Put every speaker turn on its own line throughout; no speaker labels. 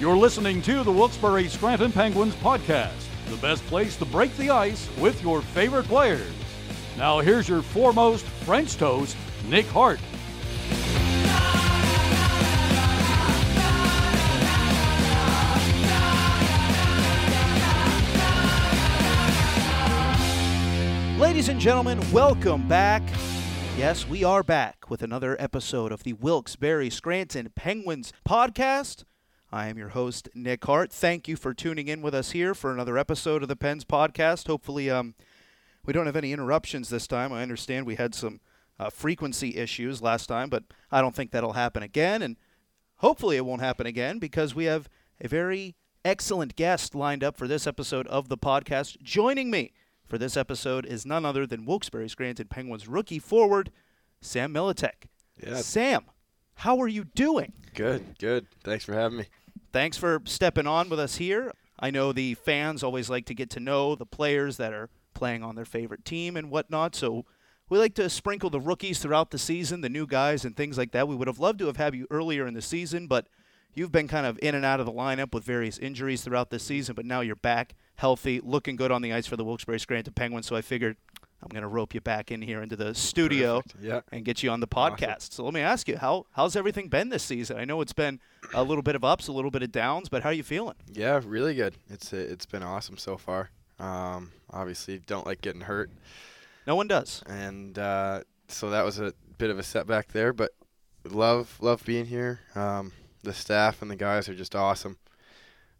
You're listening to the Wilkes-Barre Scranton Penguins podcast, the best place to break the ice with your favorite players. Now, here's your foremost French toast, Nick Hart.
Ladies and gentlemen, welcome back. Yes, we are back with another episode of the Wilkes-Barre Scranton Penguins podcast. I am your host, Nick Hart. Thank you for tuning in with us here for another episode of the Pens podcast. Hopefully, um, we don't have any interruptions this time. I understand we had some uh, frequency issues last time, but I don't think that'll happen again. And hopefully, it won't happen again because we have a very excellent guest lined up for this episode of the podcast. Joining me for this episode is none other than Wilkes-Barre Scranton Penguins rookie forward, Sam Militek.
Yeah.
Sam, how are you doing?
Good, good. Thanks for having me.
thanks for stepping on with us here. I know the fans always like to get to know the players that are playing on their favorite team and whatnot. So we like to sprinkle the rookies throughout the season, the new guys and things like that. We would have loved to have had you earlier in the season, but you've been kind of in and out of the lineup with various injuries throughout this season. But now you're back, healthy, looking good on the ice for the Wilkes-Barre Scranton Penguins. So I figured I'm going to rope you back in here into the studio
Perfect. Yeah.
and get you on the podcast. So let me ask you, how how's everything been this season? I know it's been a little bit of ups, a little bit of downs, but how are you feeling?
Yeah, really good. It's it's been awesome so far. Um, obviously, don't like getting hurt,
No one does.
and uh, so that was a bit of a setback there. But love love being here. Um, the staff and the guys are just awesome.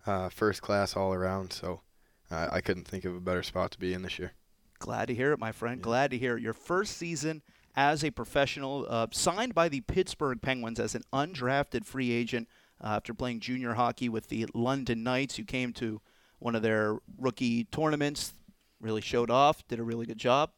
Uh, first class all around. So uh, I couldn't think of a better spot to be in this year.
Glad to hear it, my friend. Glad to hear it. Your first season as a professional, uh, signed by the Pittsburgh Penguins as an undrafted free agent uh, after playing junior hockey with the London Knights. You came to one of their rookie tournaments, really showed off, did a really good job,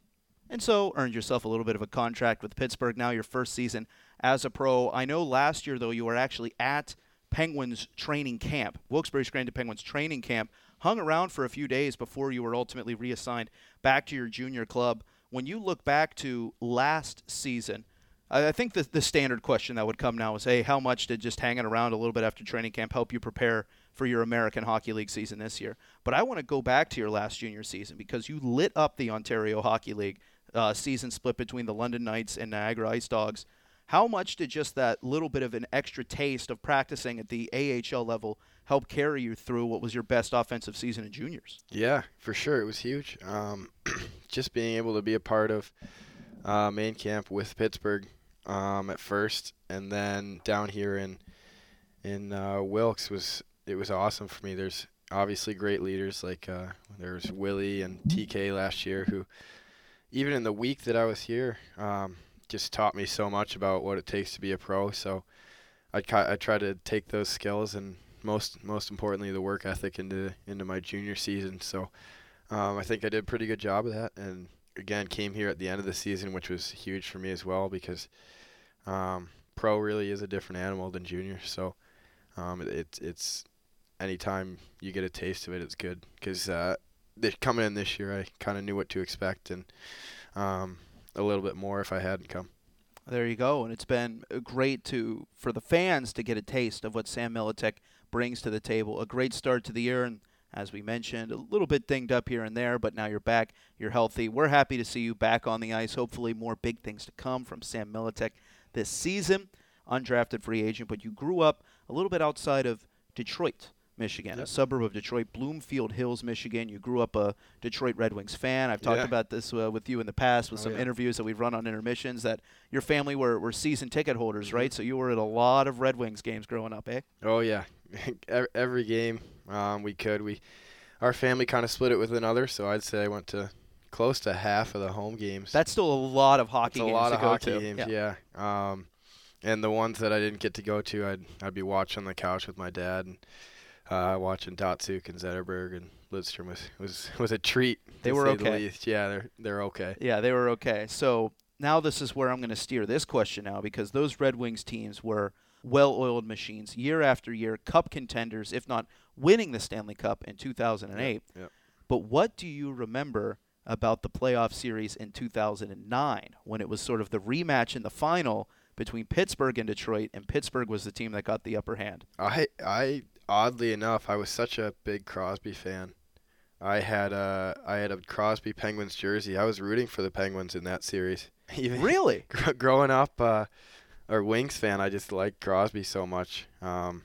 and so earned yourself a little bit of a contract with Pittsburgh. Now, your first season as a pro. I know last year, though, you were actually at Penguins training camp, Wilkes-Barre Scranton Penguins training camp, hung around for a few days before you were ultimately reassigned back to your junior club. When you look back to last season, I I think the, the standard question that would come now is, hey, how much did just hanging around a little bit after training camp help you prepare for your American Hockey League season this year? But I want to go back to your last junior season because you lit up the Ontario Hockey League uh, season split between the London Knights and Niagara Ice Dogs. How much did just that little bit of an extra taste of practicing at the AHL level help carry you through what was your best offensive season in juniors?
Yeah, for sure. It was huge. Um, just being able to be a part of uh, main camp with Pittsburgh um, at first, and then down here in in uh, Wilkes was it was awesome for me. There's obviously great leaders like uh, there was Willie and TK last year, who even in the week that I was here, um, just taught me so much about what it takes to be a pro. So I ki- I try to take those skills and most most importantly the work ethic into into my junior season. So um, I think I did a pretty good job of that, and again came here at the end of the season, which was huge for me as well because um, pro really is a different animal than junior. So um, it, it's it's anytime you get a taste of it, it's good because uh, this- coming in this year, I kind of knew what to expect and um, a little bit more if I hadn't come.
There you go, and it's been uh, great to for the fans to get a taste of what Sam Militek brings to the table. A great start to the year, and as we mentioned, a little bit dinged up here and there, but now you're back, you're healthy. We're happy to see you back on the ice. Hopefully, more big things to come from Sam Militek this season. Undrafted free agent, but you grew up a little bit outside of Detroit, Michigan, a
Yep.
suburb of Detroit, Bloomfield Hills, Michigan. You grew up a Detroit Red Wings fan. I've talked
Yeah.
about this uh, with you in the past with
Oh,
some
yeah.
interviews that we've run on intermissions that your family were, were season ticket holders,
Mm-hmm.
right? So you were at a lot of Red Wings games growing up, eh?
Oh yeah, Ev- every game um, we could. We our family kind of split it with another, so I'd say I went to close to half of the home games.
That's still a lot of
That's
hockey
a
games
lot
to
of
go
hockey
to.
games. Yeah. Um, and the ones that I didn't get to go to, I'd I'd be watching on the couch with my dad and uh, watching Dotsuk and Zetterberg and Lidstrom was was was a treat.
They
to
were
say the
okay.
least. Yeah, they're they're okay.
Yeah, they were okay. So now this is where I'm going to steer this question now because those Red Wings teams were well oiled machines year after year, cup contenders, if not winning the Stanley Cup in 2008.
yep.
But what do you remember about the playoff series in 2009 when it was sort of the rematch in the final between Pittsburgh and Detroit, and Pittsburgh was the team that got the upper hand?
I I oddly enough, I was such a big Crosby fan. I had a I had a Crosby Penguins jersey. I was rooting for the Penguins in that series. Even
Really?
gr- growing up, uh, or Wings fan, I just liked Crosby so much. Um,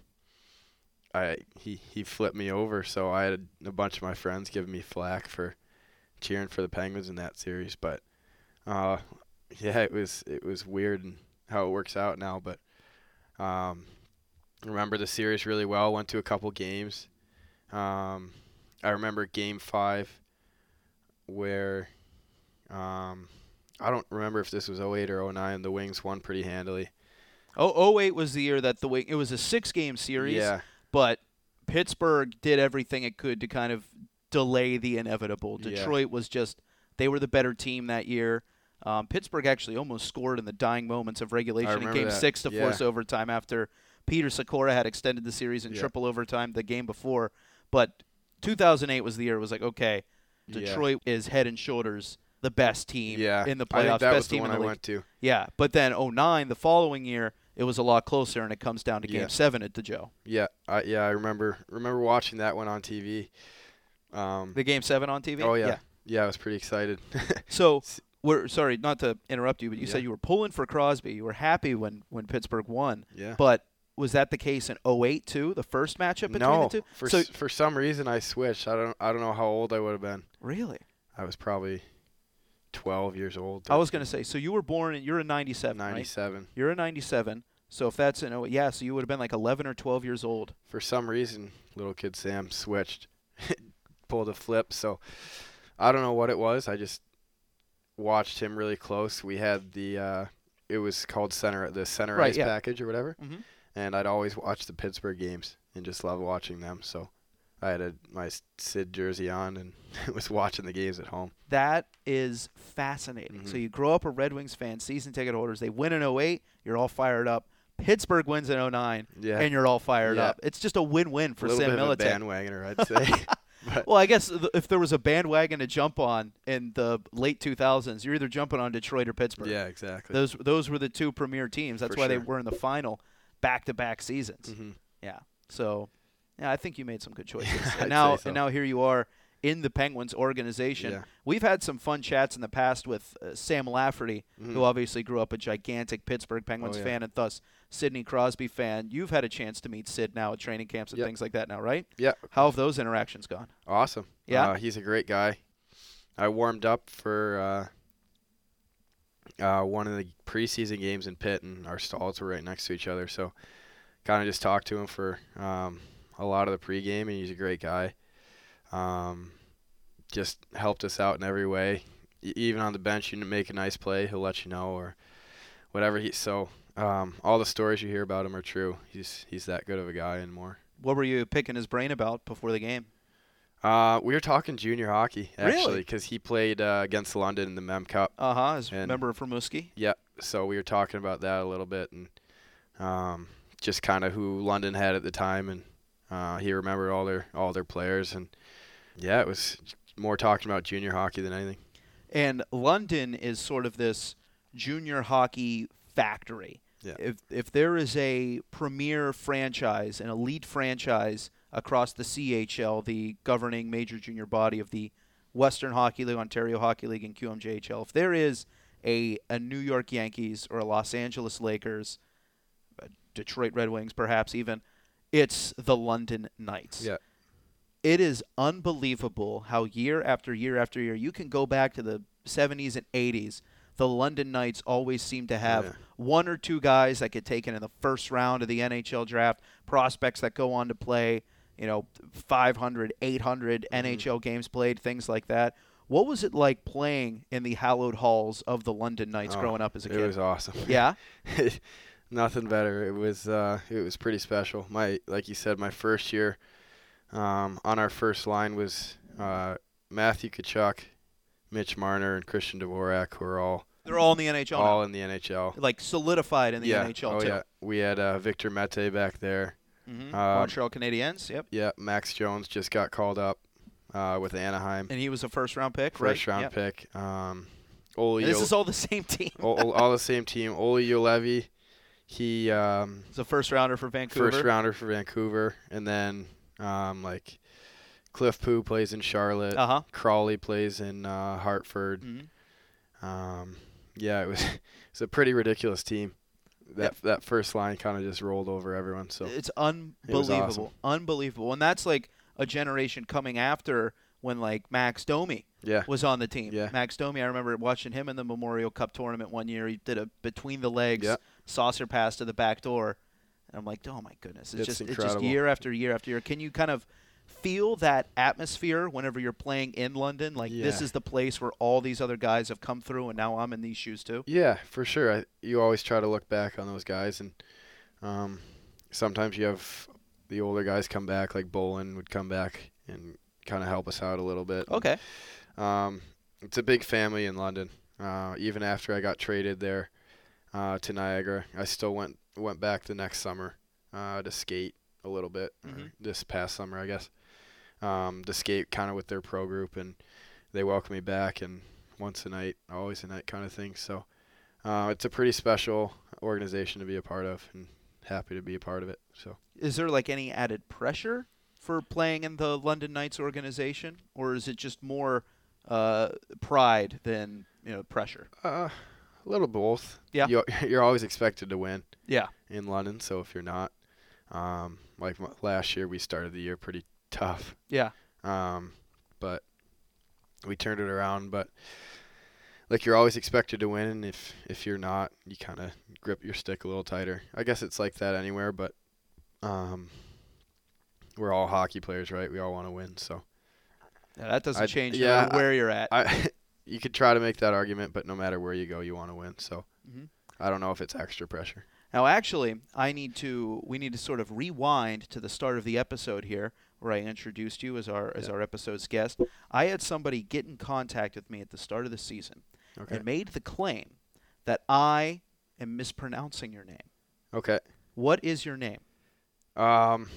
I he he flipped me over, so I had a bunch of my friends giving me flack for cheering for the Penguins in that series. But uh, yeah, it was it was weird and how it works out now. But um, remember the series really well. Went to a couple games. Um, I remember Game Five, where um, I don't remember if this was 08 or 09. The Wings won pretty handily.
Oh, 08 was the year that the Wing. It was a six-game series.
Yeah,
But Pittsburgh did everything it could to kind of delay the inevitable.
Yeah.
Detroit was just they were the better team that year. Um, Pittsburgh actually almost scored in the dying moments of regulation in
remember
Game
that.
Six to
Yeah.
force overtime after Peter Sikora had extended the series in
Yeah.
triple overtime the game before. But 2008 was the year it was like, okay,
Yeah.
Detroit is head and shoulders the best team
yeah.
in the
I
playoffs,
think that
best
was the
team in
one
the
I
league.
went to.
Yeah, but then 09, the following year, it was a lot closer, and it comes down to Game
Yeah.
Seven at the Joe.
Yeah, I, yeah. I remember remember watching that one on TV. Um,
The Game Seven on TV.
oh yeah. yeah, I was pretty excited.
So
S-
we're sorry not to interrupt you, but you said
Yeah.
you were pulling for Crosby. You were happy when when Pittsburgh won,
yeah.
but was that the case in 08 too? The first matchup between
no,
the two.
for
so
s- for some reason I switched. I don't I don't know how old I would have been.
really,
I was probably 12 years old.
I was gonna say. So you were born and you're in '97, right?
97.
You're in '97. So if that's in 08, yeah, so you would have been like 11 or 12 years old.
for some reason, little kid Sam switched, pulled a flip. So I don't know what it was. I just watched him really close. We had the uh, it was called center the center
Right,
ice
yeah.
package or whatever,
Mhm.
and I'd always watch the Pittsburgh games and just loved watching them. So I had a, my Sid jersey on and was watching the games at home.
That is fascinating. So
Mhm.
you grow up a Red Wings fan, season ticket holders. They win in 08, you're all fired up. Pittsburgh wins in 09,
Yeah,
and you're all fired
Yeah.
up. It's just a win-win for
a little
Sam
bit
Militan.
of a bandwagoner, I'd say. but
Well, I guess th- if there was a bandwagon to jump on in the late 2000s, you're either jumping on Detroit or Pittsburgh.
yeah, exactly.
Those those were the two premier teams. That's
For
why they
sure.
were in the final back-to-back seasons.
Mhm.
Yeah. So, yeah, I think you made some good choices.
I'd
and now
say so.
and now here you are in the Penguins organization.
Yeah.
We've had some fun chats in the past with uh, Sam Lafferty, who obviously grew up a gigantic Pittsburgh Penguins
Mm-hmm. Oh, yeah.
fan and thus Sidney Crosby fan. You've had a chance to meet Sid now at training camps and
Yep.
things like that now, right?
Yeah,
How have those interactions gone?
Awesome.
Yeah?
Uh, he's a great guy. I warmed up for uh, uh, one of the preseason games in Pitt, and our stalls were right next to each other. So, kind of just talked to him for um, a lot of the pregame, and he's a great guy. Um, just helped us out in every way. E- even on the bench, you make a nice play, he'll let you know, or whatever. He so um, all the stories you hear about him are true. He's he's that good of a guy and more.
What were you picking his brain about before the game?
Uh, we were talking junior hockey actually
Really?
because he played uh, against London in the Mem Cup.
Uh huh. As a
And-
member of Rimouski.
Yeah, so we were talking about that a little bit and um, just kind of who London had at the time, and uh, he remembered all their all their players, and yeah, it was more talking about junior hockey than anything.
And London is sort of this junior hockey factory.
Yeah.
If if there is a premier franchise, an elite franchise across the CHL, the governing major junior body of the Western Hockey League, Ontario Hockey League, and QMJHL, if there is a a New York Yankees or a Los Angeles Lakers, uh, Detroit Red Wings, perhaps even, it's the London Knights
Yeah,
it is unbelievable how year after year after year you can go back to the 70s and 80s the london knights always seem to have
Yeah.
one or two guys that get taken in the first round of the nhl draft prospects that go on to play you know 500 800
Mm-hmm.
nhl games played things like that what was it like playing in the hallowed halls of the london knights
Oh,
growing up as a
it
kid
was awesome.
yeah
nothing better. It was uh, it was pretty special. My like you said, my first year um, on our first line was uh, Matthew Kachuk, Mitch Marner, and Christian Dvorak, who are all
they're all in the nhl now.
all in the NHL.
like solidified in the
yeah.
nhl
oh
too
yeah. We had uh, Victor Mete back there.
Mhm.
Uh,
montreal canadiens yep
Yeah. Max Jones just got called up uh, with Anaheim,
and he was a first round pick
first
right?
round
Yep.
pick. Um, Ole
And This
Yo-
is all the same team.
all, all the same team. Ole Ulevi, he um,
He's a first rounder for Vancouver.
first rounder for Vancouver, and then um, like Cliff Poo plays in Charlotte.
Uh huh.
Crawley plays in uh, Hartford.
Mm-hmm.
Um, yeah, it was it's a pretty ridiculous team. That that first line kind of just rolled over everyone. So
It's
was awesome.
unbelievable, unbelievable, and that's like a generation coming after when like Max Domi
yeah,
was on the team.
Yeah.
Max Domi, I remember watching him in the Memorial Cup tournament one year. He did a between the legs
Yeah.
saucer pass to the back door, and I'm like, oh my goodness, it's,
It's
just it's just
incredible.
year after year after year. Can you kind of feel that atmosphere whenever you're playing in London? Like this
Yeah.
is the place where all these other guys have come through, and now I'm in these shoes too.
yeah, for sure. I, you always try to look back on those guys, and um, sometimes you have the older guys come back, like Bolin would come back and kind of help us out a little bit.
Okay,
Um, it's a big family in London. Uh, even after I got traded there uh, to Niagara, I still went went back the next summer uh, to skate a little bit. or
Mhm.
This past summer, I guess, um, to skate kind of with their pro group, and they welcomed me back and once a night, always a night kind of thing. So uh, it's a pretty special organization to be a part of, and happy to be a part of it. So
is there like any added pressure for playing in the London Knights organization, or is it just more uh, pride than you know pressure?
uh, a little both.
Yeah.
You, you're always expected to win.
Yeah.
in London. So if you're not, um, like m- last year, we started the year pretty tough.
Yeah.
Um, but we turned it around. But like you're always expected to win, and if if you're not, you kind of grip your stick a little tighter. I guess it's like that anywhere, but um, we're all hockey players, right? We all want to win, so
Yeah, that doesn't
I'd-
change no
yeah,
matter
I-
where you're at.
I. You could try to make that argument, but no matter where you go, you want to win. So,
Mhm.
I don't know if it's extra pressure.
now, actually, I need to. We need to sort of rewind to the start of the episode here, where I introduced you as our as our episode's guest. I had somebody get in contact with me at the start of the season
Okay.
and made the claim that I am mispronouncing your name.
Okay.
What is your name?
Um,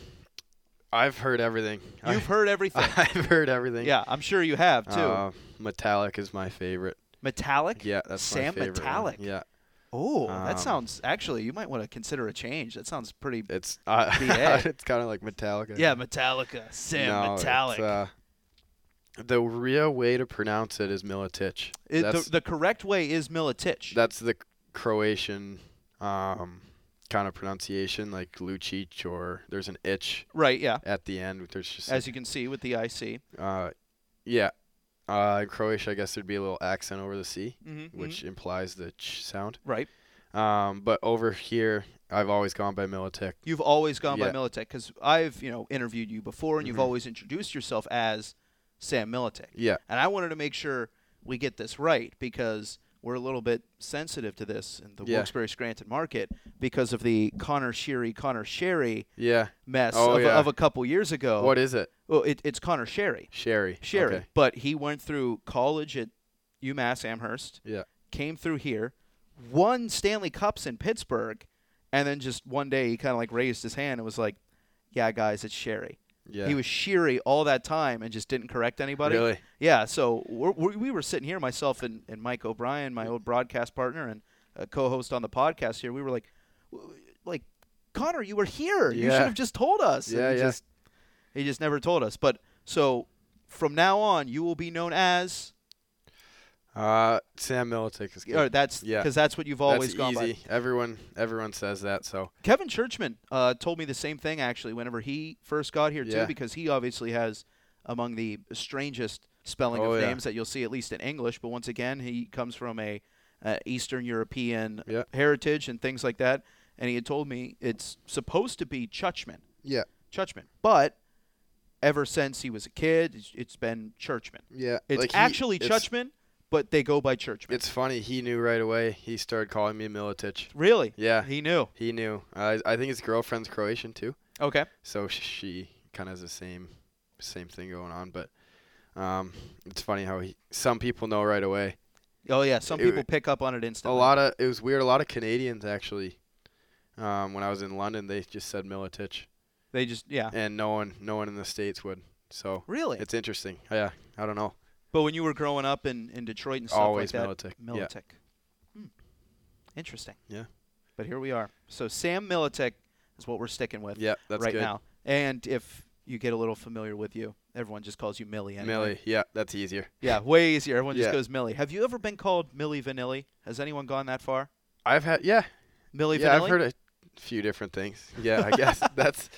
I've heard everything. I-
You've heard everything.
I've heard everything.
yeah, I'm sure you have too.
Uh, Metallic is my favorite.
Metallic.
Yeah, that's my
Sam
favorite. one.
Metallic.
Yeah,
Oh,
Um,
that sounds. Actually, you might want to consider a change. That sounds pretty.
it's uh,
BA.
it's kind of like Metallica.
Yeah, Metallica. Sam
No, it's,
Metallic.
uh, the real way to pronounce it is Miletic.
It,
that's,
the, the correct way is Miletic.
that's the Croatian um, kind of pronunciation, like Lucic, or there's an itch
right, yeah.
at the end. There's just
As you can see with the IC.
uh, yeah. Uh, in Croatia, I guess there'd be a little accent over the C,
Mm-hmm.
which implies the ch sound.
right.
Um, but over here, I've always gone by Militech.
You've always gone by
Yeah.
Miletic because I've, you know, interviewed you before and you've
Mhm.
always introduced yourself as Sam Miletic.
Yeah,
And I wanted to make sure we get this right because we're a little bit sensitive to this in the
Yeah.
Wilkes-Barre Scranton market because of the Connor Sherry, Connor Sherry
yeah.
mess
Oh,
of, a-
yeah.
of a couple years ago.
What is it?
Well, it, it's Connor Sherry.
Sherry.
Sherry.
Okay.
But he went through college at UMass Amherst.
Yeah.
Came through here, won Stanley Cups in Pittsburgh, and then just one day he kind of like raised his hand and was like, "Yeah, guys, it's Sherry."
Yeah.
He was Sherry all that time and just didn't correct anybody.
Really?
Yeah. So we're, we we were sitting here, myself and, and Mike O'Brien, my old broadcast partner and uh, co-host on the podcast here. We were like, "W- like Connor, you were here. You
Yeah.
should have just told us. And
Yeah,
he
yeah.
Just, he just never told us. But so from now on, you will be known as.
Uh, Sam Militech is good.
Or Oh, that's because
Yeah.
that's what you've
That's
always gone by.
easy. Everyone, everyone says that. So
Kevin Churchman uh, told me the same thing actually whenever he first got here too,
Yeah.
because he obviously has among the strangest spelling
Oh,
of
yeah.
names that you'll see at least in English. But once again, he comes from a uh, Eastern European
Yeah.
heritage and things like that. And he had told me it's supposed to be Churchman,
yeah,
Churchman, but ever since he was a kid, it's, it's been Churchman.
yeah.
It's
Like, he-
actually
it's-
Churchman, but they go by Churchman.
It's funny. He knew right away. He started calling me Militech.
really,
Yeah,
he knew.
he knew. I I think his girlfriend's Croatian too,
Okay,
so sh- she kind of has the same same thing going on. But um, it's funny how he, some people know right away.
oh yeah, some
It-
people pick up on it instantly.
A lot of it was weird. A lot of Canadians actually. Um, when I was in London, they just said Miletic,
They just yeah,
and no one, no one in the states would. So
Ah. really.
it's interesting. Yeah, I don't know.
But when you were growing up in, in Detroit and stuff
Always
like that,
Miletic. Yeah.
Militech. Hmm. Interesting.
Yeah.
But here we are. So Sam Militic is what we're sticking with
Yep, that's
right
good.
now. And if you get a little familiar with you, everyone just calls you Millie. Anyway.
Millie, yeah, that's easier.
Yeah, way easier. Everyone just
Yeah.
goes Millie. Have you ever been called Millie Vanilli? Has anyone gone that far?
I've had yeah,
Millie
yeah,
Vanilli?
I've heard a few different things. Yeah, I guess that's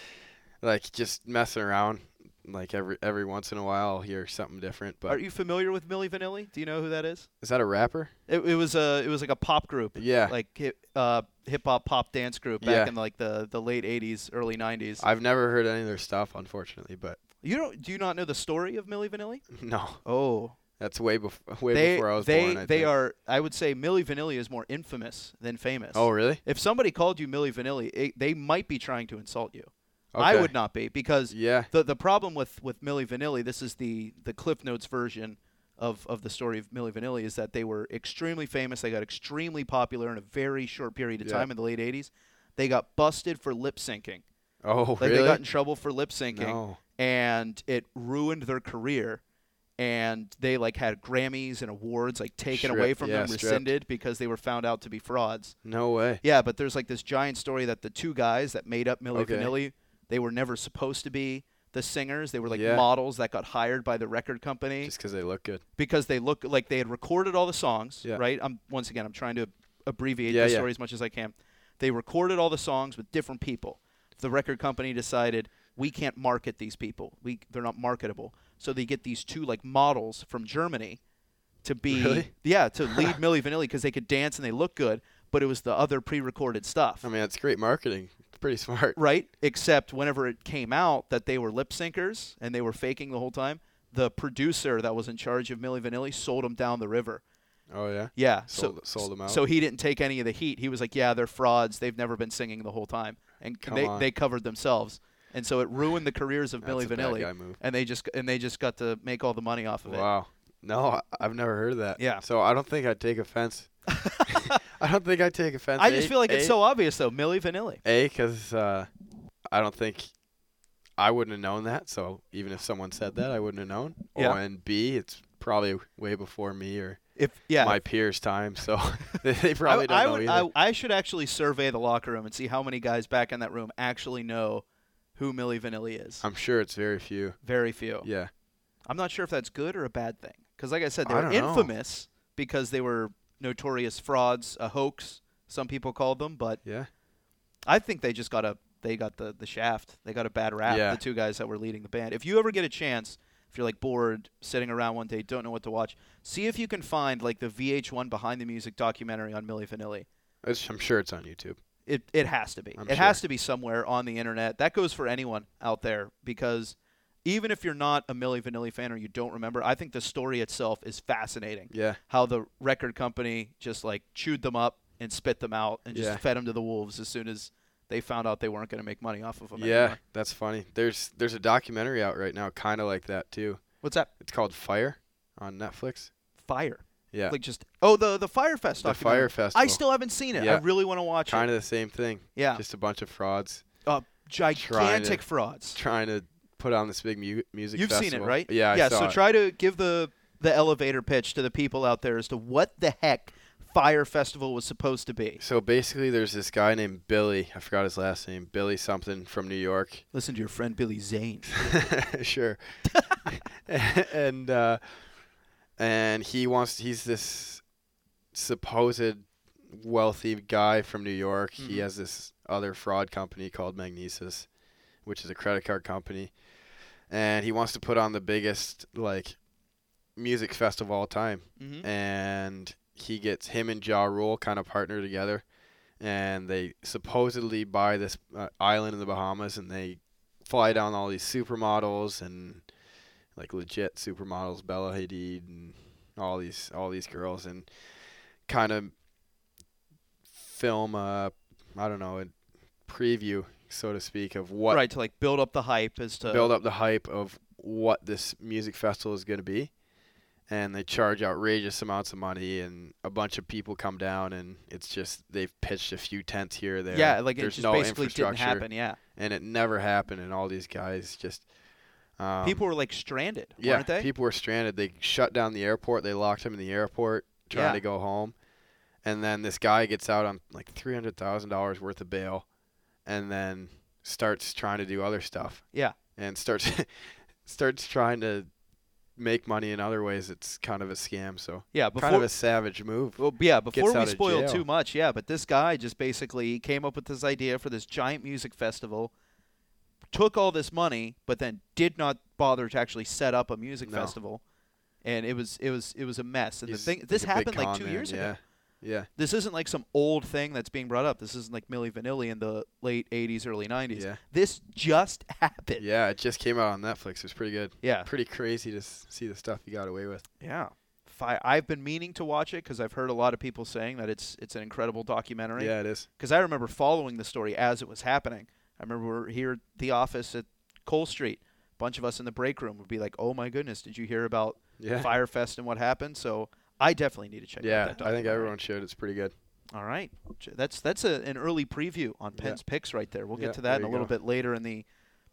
like just messing around. Like every every once in a while, I'll hear something different. But
Are you familiar with Millie Vanilli? Do you know who that is?
is that a rapper?
It, it was a it was like a pop group.
Yeah.
Like hip uh, hip hop pop dance group back
Yeah.
in like the, the late 80s, early 90s.
I've never heard any of their stuff, unfortunately. But
you don't do you not know the story of Millie Vanilli?
no,
Oh.
that's way before way
they
before I was
they
born. I
they
think.
are I would say Millie Vanilli is more infamous than famous.
Oh really?
If somebody called you Millie Vanilli, it, they might be trying to insult you. I
Okay.
would not be because
Yeah.
the the problem with with Millie Vanilli, this is the the Cliff Notes version of of the story of Millie Vanilli, is that they were extremely famous. They got extremely popular in a very short period of
Yeah.
time in the late '80s. They got busted for lip syncing.
Oh
Like
really?
they got in trouble for lip syncing,
No.
and it ruined their career. And they like had Grammys and awards like taken away
Stripped,
from
yeah,
them,
stripped.
rescinded because they were found out to be frauds.
no way.
Yeah, but there's like this giant story that the two guys that made up Millie
Okay.
Vanilli, they were never supposed to be the singers. They were like
Yeah.
models that got hired by the record company
Just because they look good.
because they look like they had recorded all the songs,
Yeah.
right? I'm once again I'm trying to abbreviate
Yeah,
the
yeah.
story as much as I can. They recorded all the songs with different people. The record company decided we can't market these people. We they're not marketable. So they get these two like models from Germany to be
Really?
yeah, to lead Millie Vanilli because they could dance and they look good, but it was the other pre-recorded stuff
I mean, that's great marketing. It's pretty smart.
right? Except whenever it came out that they were lip syncers and they were faking the whole time, the producer that was in charge of Millie Vanilli sold them down the river.
Oh yeah.
Yeah,
Sold
so
sold them out.
so he didn't take any of the heat. He was like, "Yeah, they're frauds. They've never been singing the whole time, and
Come
they
on.
they covered themselves." And so it ruined the careers of
That's
Millie
a bad guy
Vanilli,
move.
and they just and they just got to make all the money off of it.
Wow. No, I- I've never heard of that.
Yeah.
So I don't think I'd take offense. I don't think I'd take offense.
I just
A-
feel like it's
A-
so obvious though, Millie Vanilli.
A, because uh, I don't think I wouldn't have known that. So even if someone said that, I wouldn't have known.
Yeah.
Or, and B, it's probably way before me or
If yeah,
my peers' time. So they, they probably don't
I,
know
I would,
either.
I, I should actually survey the locker room and see how many guys back in that room actually know who Millie Vanilli is.
I'm sure it's very few.
Very few.
Yeah.
I'm not sure if that's good or a bad thing. Because, like I said, they
I
were
don't know.
infamous because they were notorious frauds, a hoax, some people called them. But
Yeah.
I think they just got a they got the the shaft. They got a bad rap.
Yeah.
The two guys that were leading the band. If you ever get a chance, if you're like bored, sitting around one day, don't know what to watch, see if you can find like the VH1 Behind the Music documentary on Millie Vanilli.
It's, I'm sure it's on YouTube.
It it has to be.
I'm
it
sure.
has to be somewhere on the internet. That goes for anyone out there because even if you're not a Milli Vanilli fan or you don't remember, I think the story itself is fascinating.
Yeah.
How the record company just like chewed them up and spit them out and just
Yeah.
fed them to the wolves as soon as they found out they weren't going to make money off of them.
Yeah.
anymore.
That's funny. There's there's a documentary out right now, kind of like that too.
What's that?
It's called Fire on Netflix.
Fire.
Yeah.
Like just oh the the Firefest.
The
documentary. I
Fire Festival.
still haven't seen it. I
Yeah.
really want to watch
kind
it.
of the same thing.
Yeah.
Just a bunch of frauds
uh, gigantic frauds.
trying to put on this big mu- music
You've
festival.
seen it, right?
Yeah, I
yeah.
saw
so
it.
try to give the the elevator pitch to the people out there as to what the heck Fire Festival was supposed to be.
So basically, there's this guy named Billy. I forgot his last name. Billy something from New York.
Listen to your friend Billy Zane.
sure. and uh, and he wants. He's this supposed wealthy guy from New York. He
Mhm.
has this other fraud company called Magnesis, which is a credit card company, and he wants to put on the biggest like music festival of all time.
Mm-hmm.
and he gets him and Ja Rule kind of partner together, and they supposedly buy this uh, island in the Bahamas, and they fly down all these supermodels and like legit supermodels, Bella Hadid and all these all these girls, and kind of film a I don't know a preview, so to speak, of what
Right to like build up the hype as to
build up the hype of what this music festival is going to be and they charge outrageous amounts of money and a bunch of people come down and it's just they've pitched a few tents here or there
Yeah, like
there's
it just
no
basically didn't
infrastructure
happen. Yeah,
and it never happened and all these guys just um,
people were like stranded,
yeah
weren't they?
people were stranded they shut down the airport they locked them in the airport trying
Yeah.
to go home and then this guy gets out on like three hundred thousand dollars worth of bail, and then starts trying to do other stuff.
Yeah.
And starts starts trying to make money in other ways. It's kind of a scam. So
Yeah, before
kind of a savage move.
Well, yeah, before we
out of
spoil
jail.
too much, yeah, but this guy just basically came up with this idea for this giant music festival, took all this money, but then did not bother to actually set up a music
No.
festival, and it was it was it was a mess. And
He's-
the thing
he's
this
a big
happened like
con
two
man,
years
yeah.
ago.
Yeah.
This isn't like some old thing that's being brought up. This isn't like Milli Vanilli in the late '80s, early '90s.
Yeah.
This just happened.
Yeah, it just came out on Netflix. It was pretty good.
Yeah.
Pretty crazy to s- see the stuff he got away with.
Yeah. Fi- I've been meaning to watch it because I've heard a lot of people saying that it's it's an incredible documentary.
Yeah, it is.
because I remember following the story as it was happening. I remember we were here at the office at Cole Street. A bunch of us in the break room would be like, "Oh my goodness, did you hear about
Yeah.
Firefest and what happened?" So I definitely need to check out
Yeah,
that.
I think
documentary.
everyone showed it's pretty good.
All right, J- that's that's a, an early preview on
Yeah.
Penn's picks right there. We'll
Yeah,
get to that
there
in a
you
little
go.
bit later in the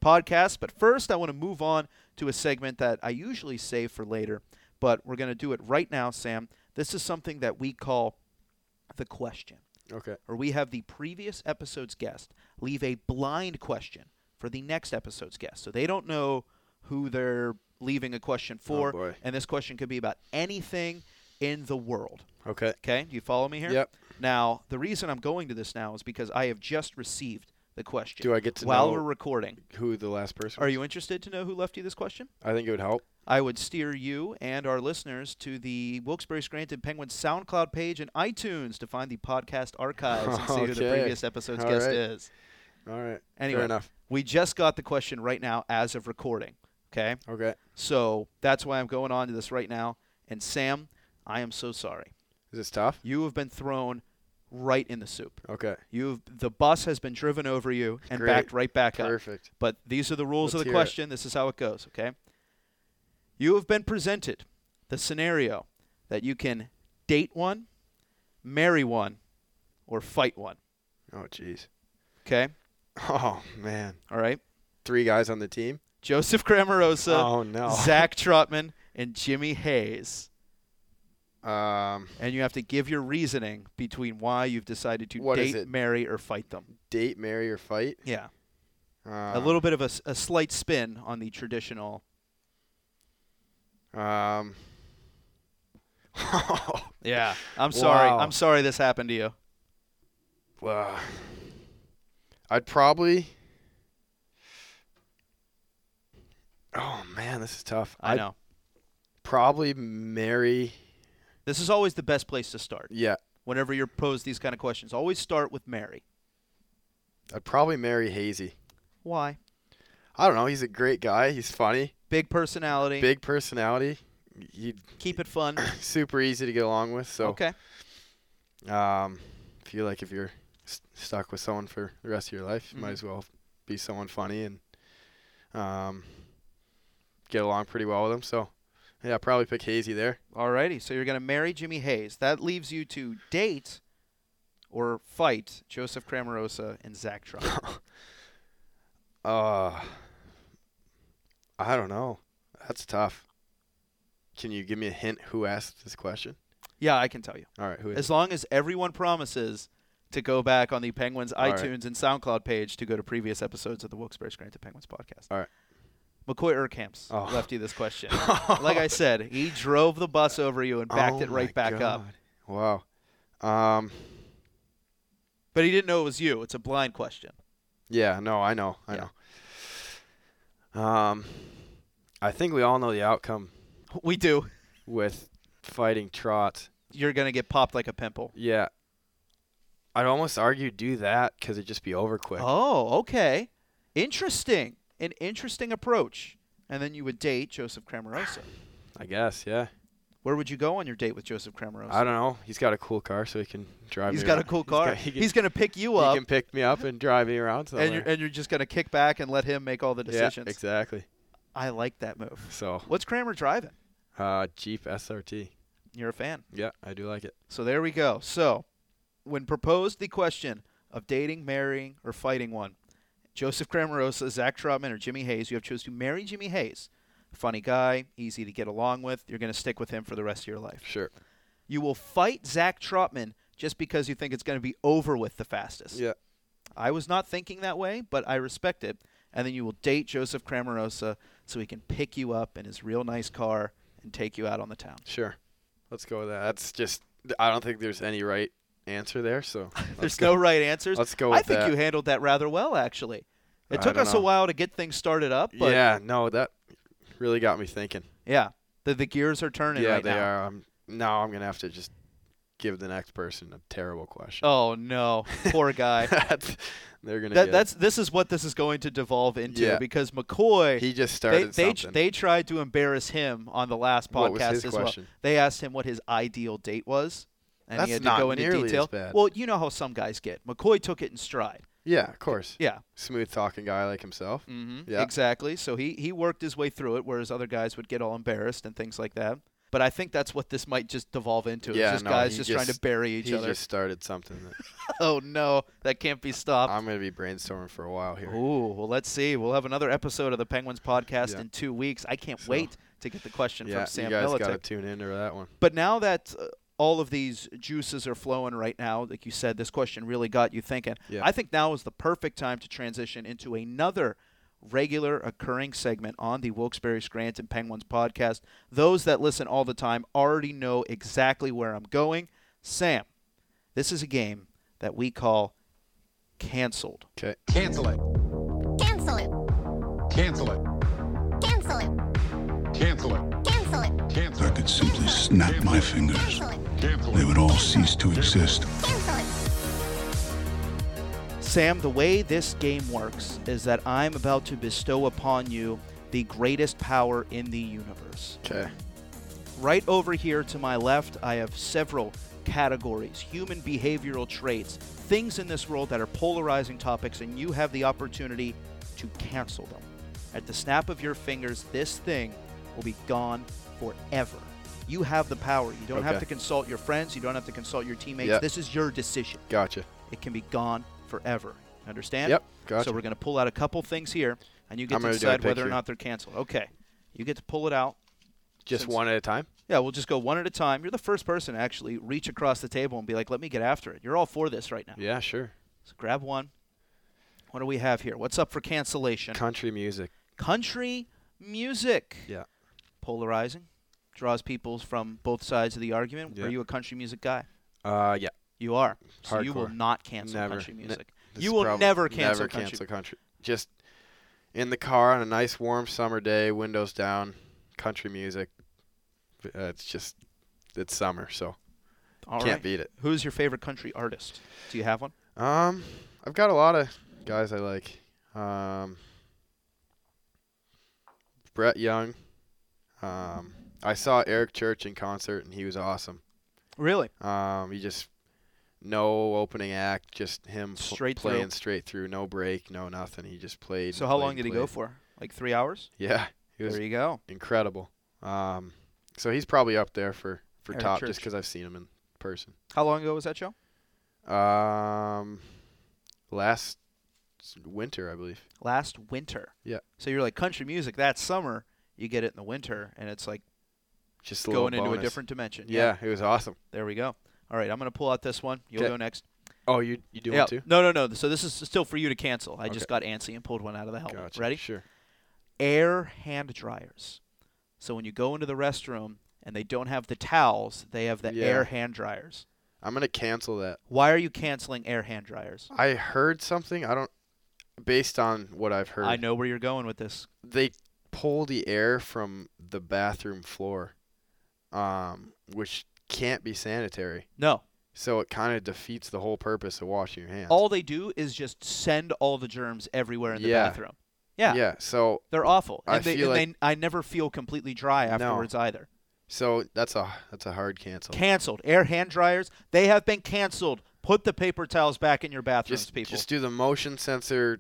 podcast. But first, I want to move on to a segment that I usually save for later, but we're going to do it right now, Sam. This is something that we call the question
Okay.
or we have the previous episode's guest leave a blind question for the next episode's guest. So they don't know who they're leaving a question for.
Oh, boy.
and this question could be about anything in the world.
Okay.
Okay? Do you follow me here?
Yep.
Now, the reason I'm going to this now is because I have just received the question
Do I get to
while
know
we're recording.
who the last person?
Are
was?
you interested to know who left you this question?
I think it would help.
I would steer you and our listeners to the Wilkes-Barre Scranton Penguins SoundCloud page and iTunes to find the podcast archives and see who the
Okay.
previous episode's
All
guest
right.
is.
All right.
Anyway.
Fair enough.
We just got the question right now as of recording. Okay.
Okay.
So that's why I'm going on to this right now. And Sam, I am so sorry.
Is this tough?
You have been thrown right in the soup.
Okay.
You've the bus has been driven over you and
Great.
backed right back up.
Perfect.
But these are the rules
Let's
of the
hear it.
question. This is how it goes, okay? You have been presented the scenario that you can date one, marry one, or fight one.
Oh jeez.
Okay?
Oh man.
All right.
Three guys on the team.
Joseph Grammarosa.
oh no.
Zach Trotman, and Jimmy Hayes.
Um,
And you have to give your reasoning between why you've decided to
What is
date,
it?
marry, or fight them.
date, marry, or fight.
Yeah.
Um,
a little bit of a, s- a slight spin on the traditional.
Um.
Yeah. I'm sorry.
Wow.
I'm sorry this happened to you.
Well, I'd probably. Oh man, this is tough.
I
I'd
know.
probably marry.
This is always the best place to start.
Yeah,
Whenever you're posed these kind of questions, always start with marry.
I'd probably marry Hazy.
Why?
I don't know. He's a great guy. He's funny.
Big personality.
Big personality. He
Keep it fun.
super easy to get along with. So
Okay.
um, feel like if you're st- stuck with someone for the rest of your life, you
Mhm.
might as well be someone funny and um, get along pretty well with them. So yeah, I'd probably pick Hazy there.
Alrighty. So you're going to marry Jimmy Hayes. That leaves you to date or fight Joseph Cramarosa and Zach Trotman.
Uh, I don't know. That's tough. Can you give me a hint who asked this question?
Yeah, I can tell you.
All right, who is
As long as everyone promises to go back on the Penguins
All right.
iTunes and SoundCloud page to go to previous episodes of the Wilkes-Barre Scranton Penguins podcast.
All right.
McCoy Erkamps
Oh.
left you this question. like I said, he drove the bus over you and backed
Oh
it right
my
back up.
God. Wow. Um.
But he didn't know it was you. It's a blind question.
Yeah. No, I know. I
Yeah.
know. Um, I think we all know the outcome
We do.
with fighting Trot.
You're going to get popped like a pimple.
Yeah. I'd almost argue do that because it'd just be over quick.
Oh, okay. Interesting. An interesting approach. And then you would date Joseph Cramarosa.
I guess. Yeah.
Where would you go on your date with Joseph Cramarosa?
I don't know. He's got a cool car, so he can drive.
He's
me
got a
around.
cool
He's
car.
got-
He's,
he can
going to pick you up.
He can pick me up and drive me around somewhere.
and you're, and you're just going to kick back and let him make all the decisions.
Yeah, exactly.
I like that move.
So,
What's Kramer driving?
uh, Jeep SRT.
You're a fan.
Yeah, I do like it.
So there we go. So, when proposed the question of dating, marrying, or fighting one, Joseph Cramarosa, Zach Trotman, or Jimmy Hayes, you have chose to marry Jimmy Hayes. Funny guy, easy to get along with. You're going to stick with him for the rest of your life.
Sure.
You will fight Zach Trotman just because you think it's going to be over with the fastest.
Yeah.
I was not thinking that way, but I respect it. And then you will date Joseph Cramarosa so he can pick you up in his real nice car and take you out on the town.
Sure. Let's go with that. That's just I don't think there's any right answer there, so uh, let's
There's
go.
no right answers.
let's go
I
with
think
that.
you handled that rather well, actually. It
I
took
don't
us a
know.
while to get things started up, but
yeah, no, that really got me thinking.
yeah, the, the gears are turning
yeah,
right
they
now.
are. Um, now I'm gonna have to just give the next person a terrible question.
Oh no, poor guy.
That's- they're gonna.
Oh, that,
get-
that's this is what this is going to devolve into
Yeah.
because McCoy
he just
they,
started
they,
something.
they tried to embarrass him on the last podcast
What was his
as
question?
well. They asked him what his ideal date was, and
That's
he had
not
to go into
nearly as
detail.
bad.
Well, you know how some guys get. McCoy took it in stride.
yeah, of course.
Yeah,
Smooth talking guy like himself.
hmm
Yeah.
exactly. So he he worked his way through it, whereas other guys would get all embarrassed and things like that. But I think that's what this might just devolve into. is
Yeah,
just
no,
guys
he
just, trying to
just-
bury each
he
other.
just started something that
oh no, that can't be stopped.
I'm gonna be brainstorming for a while here.
Ooh, well, let's see. We'll have another episode of the Penguins podcast
Yeah.
in two weeks. I can't
So-
wait to get the question
yeah,
from Sam
you guys
Miletic.
gotta tune into that one.
But now that uh, all of these juices are flowing right now, like you said, this question really got you thinking.
Yeah.
I think now is the perfect time to transition into another regular occurring segment on the Wilkes-Barre Scranton Penguins podcast. Those that listen all the time already know exactly where I'm going. Sam, this is a game that we call canceled.
Okay.
Cancel it.
Cancel it.
Cancel it.
Cancel it.
Cancel it.
Cancel it.
Cancel
I
it.
could simply snap my fingers.
Cancel it.
Cancel it.
They would all cease to exist.
Cancel it.
Sam, the way this game works is that I'm about to bestow upon you the greatest power in the universe.
Okay.
Right over here to my left, I have several categories human behavioral traits, things in this world that are polarizing topics, and you have the opportunity to cancel them. At the snap of your fingers, this thing will be gone forever. You have the power. You don't have
Okay.
to consult your friends, you don't have to consult your teammates.
Yeah.
This is your decision
Gotcha.
it can be gone forever. Understand?
Yep, gotcha.
So we're going to pull out a couple things here, and you get
I'm
to
gonna do a
decide whether or
picture.
not they're canceled. Okay. You get to pull it out.
Just
Since-
one at a time.
Yeah, we'll just go one at a time. You're the first person to actually reach across the table and be like, let me get after it. You're all for this right now.
Yeah, sure.
So grab one. What do we have here? What's up for cancellation?
Country music.
Country music.
Yeah.
Polarizing. Draws people from both sides of the argument.
Yeah.
Are you a country music guy?
Uh, yeah.
You are. So you will
Hardcore.
not cancel
Never.
country
Ne-
music.
This
you will
prob-
never cancel
never
country
cancel country. Just in the car on a nice warm summer day, windows down, country music. Uh, it's just it's summer, so
All
can't
right.
beat it.
Who's your favorite country artist? Do you have one?
Um, I've got a lot of guys I like. Um, Brett Young. Um, I saw Eric Church in concert, and he was awesome.
Really?
Um, you just no opening act, just him pl-
Straight through.
playing straight through, no break, no nothing. He just played.
So
and
how
played
long
and
did he go
played.
for? Like three hours?
Yeah, he was
There you go.
incredible. Um, so he's probably up there for for
Eric
top just just
Church.
because I've seen him in person.
How long ago was that show?
Um, last s- winter, I believe.
Last winter.
Yeah.
So you're like country music that summer. You get it in the winter, and it's like
Just a little
going into a
bonus.
different dimension.
Yeah, it was awesome.
There we go. All right, I'm gonna pull out this one. You'll
'Kay.
go next.
Oh, you you do
yeah.
one too?
No, no, no. So this is still for you to cancel. I just got antsy and pulled one out of the helmet.
Gotcha.
Ready?
Sure.
air hand dryers. So when you go into the restroom and they don't have the towels, they have the
Yeah.
air hand dryers.
I'm gonna cancel that.
Why are you canceling air hand dryers?
I heard something. I don't. Based on what I've heard,
I know where you're going with this.
they pull the air from the bathroom floor, um, which can't be sanitary.
No.
So it kind of defeats the whole purpose of washing your hands.
All they do is just send all the germs everywhere in the
Yeah.
bathroom. Yeah.
yeah. So
They're awful. And,
I
they,
feel
and they, I never feel completely dry afterwards either.
so that's a that's a hard cancel.
Canceled. Air hand dryers, they have been canceled. Put the paper towels back in your bathrooms,
just
people.
just do the motion sensor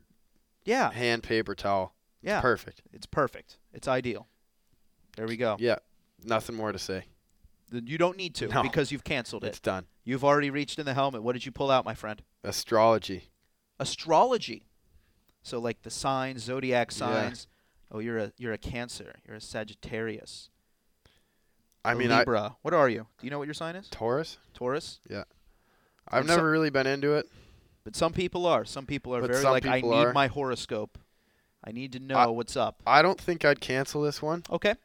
yeah.
hand paper towel. It's
Yeah.
Perfect.
It's perfect. It's ideal. There we go.
Yeah. Nothing more to say.
Then You don't need to
No.
because you've canceled it.
It's done.
You've already reached in the helmet. What did you pull out, my friend?
Astrology.
Astrology. So like the signs, zodiac signs. Oh, you're a you're a Cancer. You're a Sagittarius.
I
a
mean, I
Libra. what are you? Do you know what your sign is?
Taurus.
Taurus.
Yeah. I've
It's a-
never really been into it.
But some people are. Some people are
But
very
some
like, I
people
need
are.
my horoscope. I need to know what's up.
I don't think I'd cancel this one.
Okay.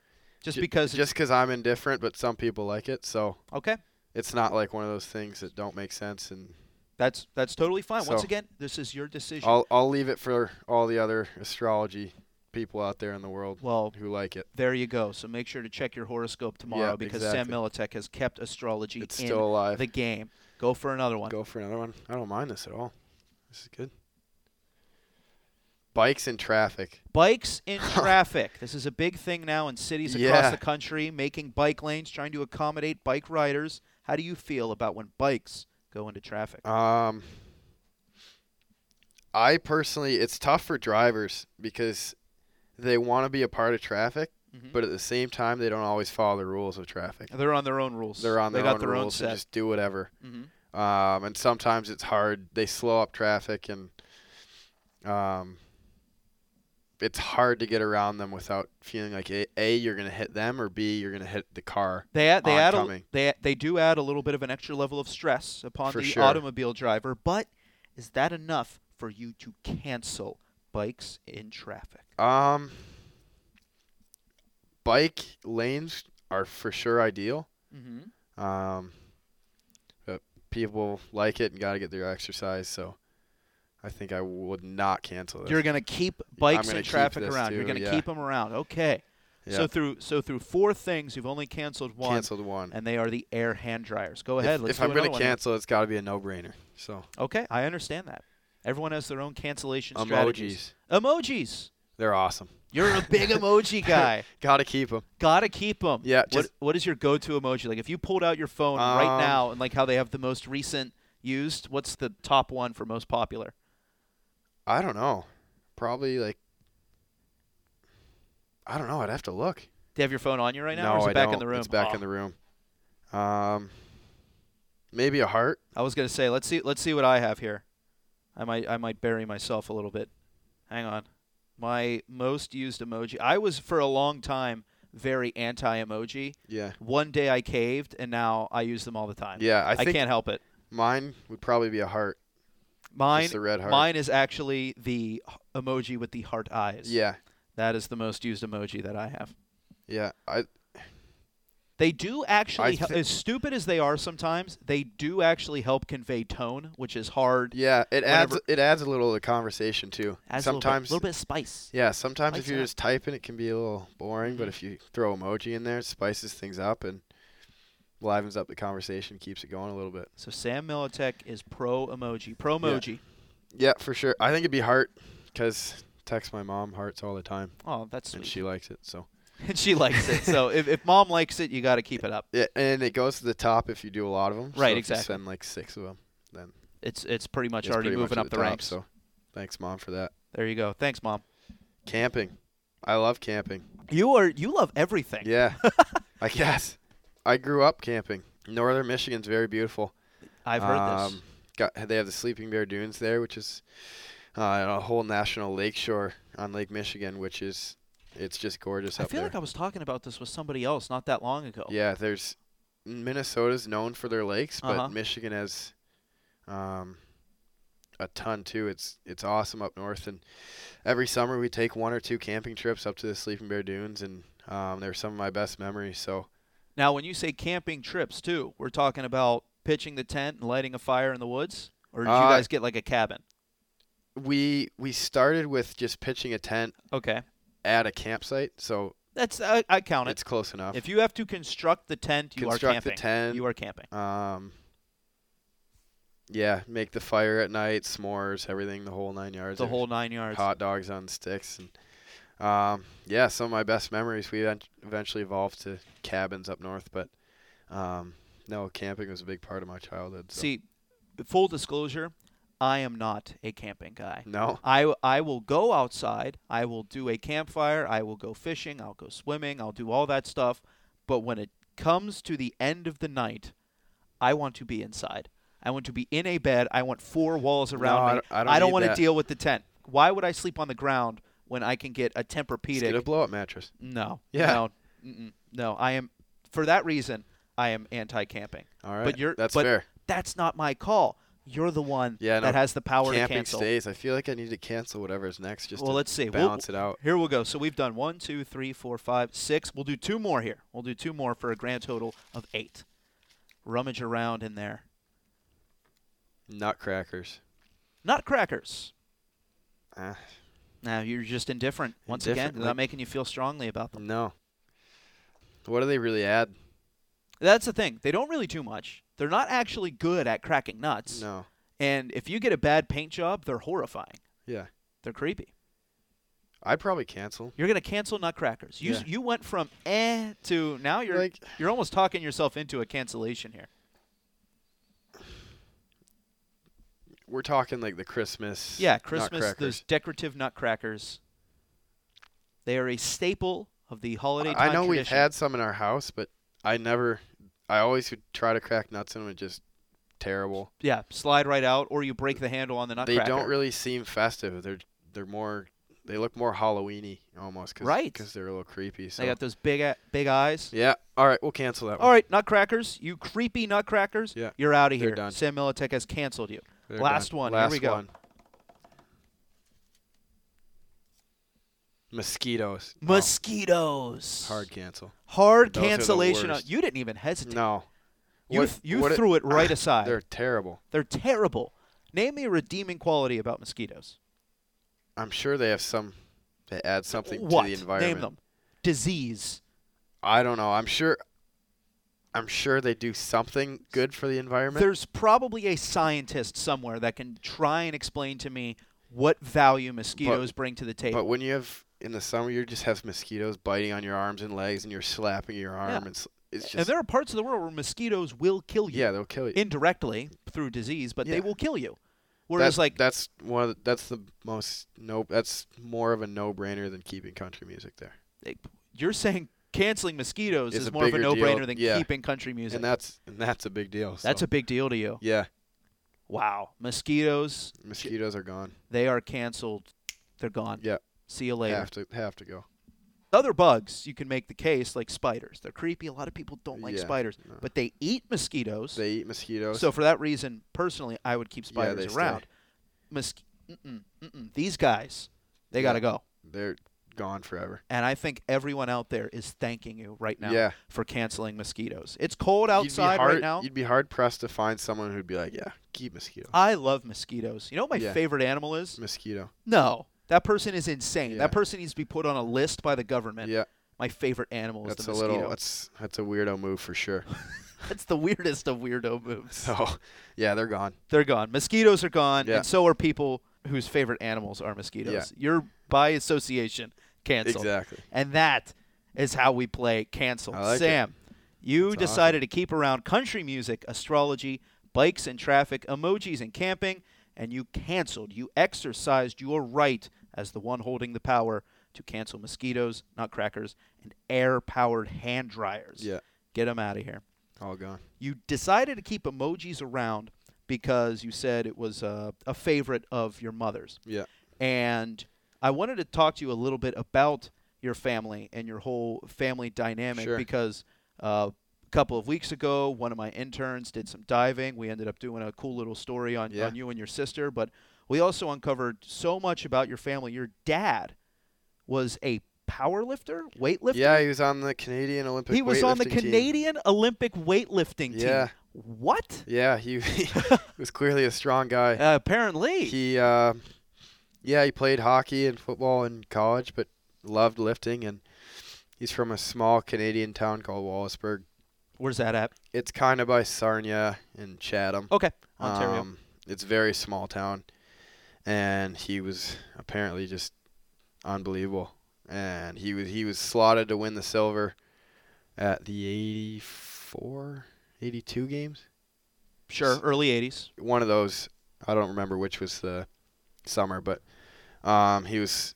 Just
Ju-
because.
just because I'm indifferent, but some people like it, so
it's, okay.
it's not like one of those things that don't make sense. And
That's that's totally fine. Once
So-
again, this is your decision.
I'll I'll leave it for all the other astrology people out there in the world
Well,
who like it.
there you go. So make sure to check your horoscope tomorrow
Yeah,
because
exactly.
Sam Militek has kept astrology
It's
in
still alive.
the game. Go for another one.
Go for another one. I don't mind this at all. This is good. Bikes and traffic.
Bikes in traffic. This is a big thing now in cities
Yeah.
across the country, making bike lanes, trying to accommodate bike riders. How do you feel about when bikes go into traffic?
Um, I personally, it's tough for drivers because they want to be a part of traffic,
Mm-hmm.
but at the same time, they don't always follow the rules of traffic.
They're on their own rules.
They're on
they
their
got
own
their
rules
own set.
and just do whatever.
Mhm.
Um, and sometimes it's hard. They slow up traffic, and um, it's hard to get around them without feeling like a, a you're gonna hit them, or b you're gonna hit the car.
They add, they add a,
oncoming.
they they do add a little bit of an extra level of stress upon
For
the
sure.
automobile driver, but is that enough for you to cancel bikes in traffic?
Um, bike lanes are for sure ideal.
Mhm.
Um, but people like it and got to get their exercise, so I think I would not cancel this.
You're going to keep bikes
gonna
in
keep
traffic
this
around. You're
too,
going to
yeah.
keep them around. Okay. So
Yeah.
through so through four things, you've only canceled one,
canceled one.
and they are the air hand dryers. Go
If-
ahead.
if,
let's do
I'm
another
gonna
one here.
cancel, it's got to be a no-brainer. So
Okay, I understand that. Everyone has their own cancellation
emojis,
strategies. Emojis.
they're awesome.
You're a big emoji guy.
Got to keep them.
Gotta keep them.
Yeah,
what,
just-
what is your go-to emoji? Like if you pulled out your phone right
Um,
now and like how they have the most recent used, what's the top one for most popular?
I don't know. Probably like. I don't know. I'd have to look.
Do you have your phone on you right now,
no,
or is it
I
back
don't.
in the room?
It's back
Oh.
in the room. Um, maybe a heart.
I was gonna say let's see let's see what I have here. I might I might bury myself a little bit. Hang on. My most used emoji. I was for a long time very anti-emoji.
Yeah.
One day I caved, and now I use them all the time.
Yeah, I
I
think-
can't help it.
Mine would probably be a heart.
Mine,
the red heart.
mine is actually the h- emoji with the heart eyes.
Yeah.
That is the most used emoji that I have.
Yeah. I
They do actually,
thi-
hel- as stupid as they are sometimes, they do actually help convey tone, which is hard.
yeah, it adds
Whenever-
it adds a little to the conversation too.
Adds
sometimes
a little bit, little bit of spice.
yeah, sometimes
Spice Mm-hmm.
if you're
it up.
just typing it can be a little boring, but if you throw emoji in there, it spices things up and livens up the conversation, keeps it going a little bit.
So Sam Militek is pro emoji, pro emoji.
Yeah, for sure. I think it'd be heart cuz text my mom hearts all the time
Oh, that's sweet.
and she likes it. So
And she likes it. So if, if mom likes it, you got to keep it up.
yeah, and it goes to the top if you do a lot of them.
Right,
so if
exactly.
You send like 6 of them, then
It's it's pretty much
it's
already
pretty much
moving
at
up the,
top,
ranks.
So thanks mom for that.
There you go. Thanks, mom.
Camping. I love camping.
You are you love everything.
Yeah, I guess. I grew up camping. Northern Michigan's very beautiful.
I've heard this.
Um, Got they have the Sleeping Bear Dunes there, which is uh, a whole national lakeshore on Lake Michigan, which is it's just gorgeous
I
up
feel
there.
like I was talking about this with somebody else not that long ago.
yeah, there's Minnesota's known for their lakes, but
Uh-huh.
Michigan has um, a ton too. It's it's awesome up north, and every summer we take one or two camping trips up to the Sleeping Bear Dunes, and um, they're some of my best memories. So.
Now, when you say camping trips, too, we're talking about pitching the tent and lighting a fire in the woods, or did you
Uh,
guys get like a cabin?
we we started with just pitching a tent
Okay,
at a campsite, so
that's I, I count
it's
it.
close enough.
If you have to construct the tent, you are
Construct the
camping.
tent.
You are camping.
um, yeah, make the fire at night, s'mores, everything, the whole nine yards.
The
There's
whole nine yards.
hot dogs on sticks, and um, yeah, some of my best memories. We event- eventually evolved to cabins up north, but um, no, camping was a big part of my childhood. So.
See, full disclosure, I am not a camping guy.
no,
I, I will go outside. I will do a campfire. I will go fishing. I'll go swimming. I'll do all that stuff. But when it comes to the end of the night, I want to be inside. I want to be in a bed. I want four walls around
No,
me.
I don't- I don't need
want to
that.
deal with the tent. Why would I sleep on the ground when I can get a
just get a
Tempur-Pedic?
blow up mattress.
No.
Yeah.
No. Mm-mm. No. I am. For that reason, I am anti-camping.
All right,
But you're.
that's
but
fair.
That's not my call. You're the one
Yeah, no,
that has the power to
camping
cancel.
stays. I feel like I need to cancel whatever's next just
well,
to
let's see. We'll-
balance it out.
Here we'll go. So we've done one, two, three, four, five, six. We'll do two more here. We'll do two more for a grand total of eight. Rummage around in there.
Nutcrackers.
Nutcrackers.
Ah,
Now you're just indifferent once
Indifferent,
again, without
like-
making you feel strongly about them.
no. What do they really add?
That's the thing. They don't really do much. They're not actually good at cracking nuts.
No.
And if you get a bad paint job, they're horrifying.
Yeah.
They're creepy.
I'd probably cancel.
You're gonna cancel Nutcrackers. You s
Yeah.
you went from eh to now you're
Like-
you're almost talking yourself into a cancellation here.
We're talking like the Christmas.
Yeah, Christmas, those
nutcrackers.
decorative nutcrackers. They are a staple of the holiday
I
time
I know we've
tradition.
had some in our house, but I never. I always would try to crack nuts in them. It's just terrible.
Yeah, slide right out, or you break the handle on the
they
nutcracker.
don't really seem festive. They're they're more. They look more Halloweeny almost. Cause,
Right.
Because they're a little creepy. So.
They got those big a- big eyes.
yeah. All right. We'll cancel that one.
All right, nutcrackers, you creepy nutcrackers,
Yeah,
you're out of
they're
here.
done.
Sam Miletic has canceled you.
They're
Last
done.
one.
Last
here we go.
one. Mosquitoes. No,
Mosquitoes.
Oh. hard cancel.
Hard
Those are the
cancellation.
worst.
You didn't even hesitate.
No.
You
What-
th- you
what
threw it right aside.
They're terrible.
They're terrible. Name me a redeeming quality about mosquitoes.
I'm sure they have some. They add something
what?
to the environment.
Name them. Disease.
I don't know. I'm sure. I'm sure they do something good for the environment.
There's probably a scientist somewhere that can try and explain to me what value mosquitoes bring to the
But
table.
when you have in the summer, you just have mosquitoes biting on your arms and legs, and you're slapping your arm,
Yeah.
and s- it's just
and there are parts of the world where mosquitoes will kill you
yeah, they'll kill you.
indirectly through disease, but they
Yeah.
will kill you.
That's-
Whereas, like,
that's one. Of the, that's the most no. That's more of a no-brainer than keeping country music there,
eh, you're saying canceling mosquitoes
It's
is
a
more of a
bigger deal.
no-brainer than
Yeah.
keeping country music.
and that's and that's a big deal.
That's
so.
a big deal to you.
yeah.
Wow, mosquitoes,
Mosquitoes are gone.
they are canceled. They're gone.
Yeah,
See you later.
have to have to go.
Other bugs, you can make the case like spiders. They're creepy. A lot of people don't like
Yeah,
spiders,
no.
but they eat mosquitoes.
They eat mosquitoes.
So for that reason, personally, I would keep
Yeah, they
spiders around.
stay.
Mosqu- mm-mm, mm-mm. These guys, they got to
Yeah.
go.
they're gone forever.
And I think everyone out there is thanking you right now
Yeah.
for canceling mosquitoes. It's cold
You'd be
outside
hard-
right now.
You'd be hard pressed to find someone who'd be like, yeah, keep mosquito.
I love mosquitoes. You know what my
Yeah.
favorite animal is?
Mosquito.
No. That person is insane.
Yeah.
That person needs to be put on a list by the government.
Yeah,
My favorite animal is
that's
the
a
mosquito.
little. That's that's a weirdo move for sure.
That's the weirdest of weirdo moves.
So, yeah, they're gone.
They're gone. Mosquitoes are gone,
Yeah.
and so are people whose favorite animals are mosquitoes.
Yeah.
You're by association canceled.
Exactly.
And that is how we play cancel.
I like it.
Sam, you
That's
decided to keep around country music, astrology, bikes and traffic, emojis and camping, and you canceled. You exercised your right as the one holding the power to cancel mosquitoes, nutcrackers, and air-powered hand dryers.
Yeah,
Get them out of here
all gone.
you decided to keep emojis around because you said it was uh, a favorite of your mother's.
Yeah.
And I wanted to talk to you a little bit about your family and your whole family dynamic
Sure.
because uh, a couple of weeks ago, one of my interns did some diving. We ended up doing a cool little story on,
Yeah.
on you and your sister, but we also uncovered so much about your family. Your dad was a power lifter, weightlifter.
Yeah, he was on the Canadian Olympic.
He was on the
weightlifting team.
Canadian Olympic weightlifting team.
Yeah.
What?
Yeah, he, he was clearly a strong guy.
Uh, apparently.
he uh, yeah he played hockey and football in college but loved lifting and he's from a small canadian town called wallisburg
Where's that at?
it's kind of by sarnia and chatham
Okay. Ontario.
Um, it's a very small town and he was apparently just unbelievable and he was he was slotted to win the silver at the 84 82 games
sure. Early 80s.
one of those. I don't remember which was the summer, but um, he was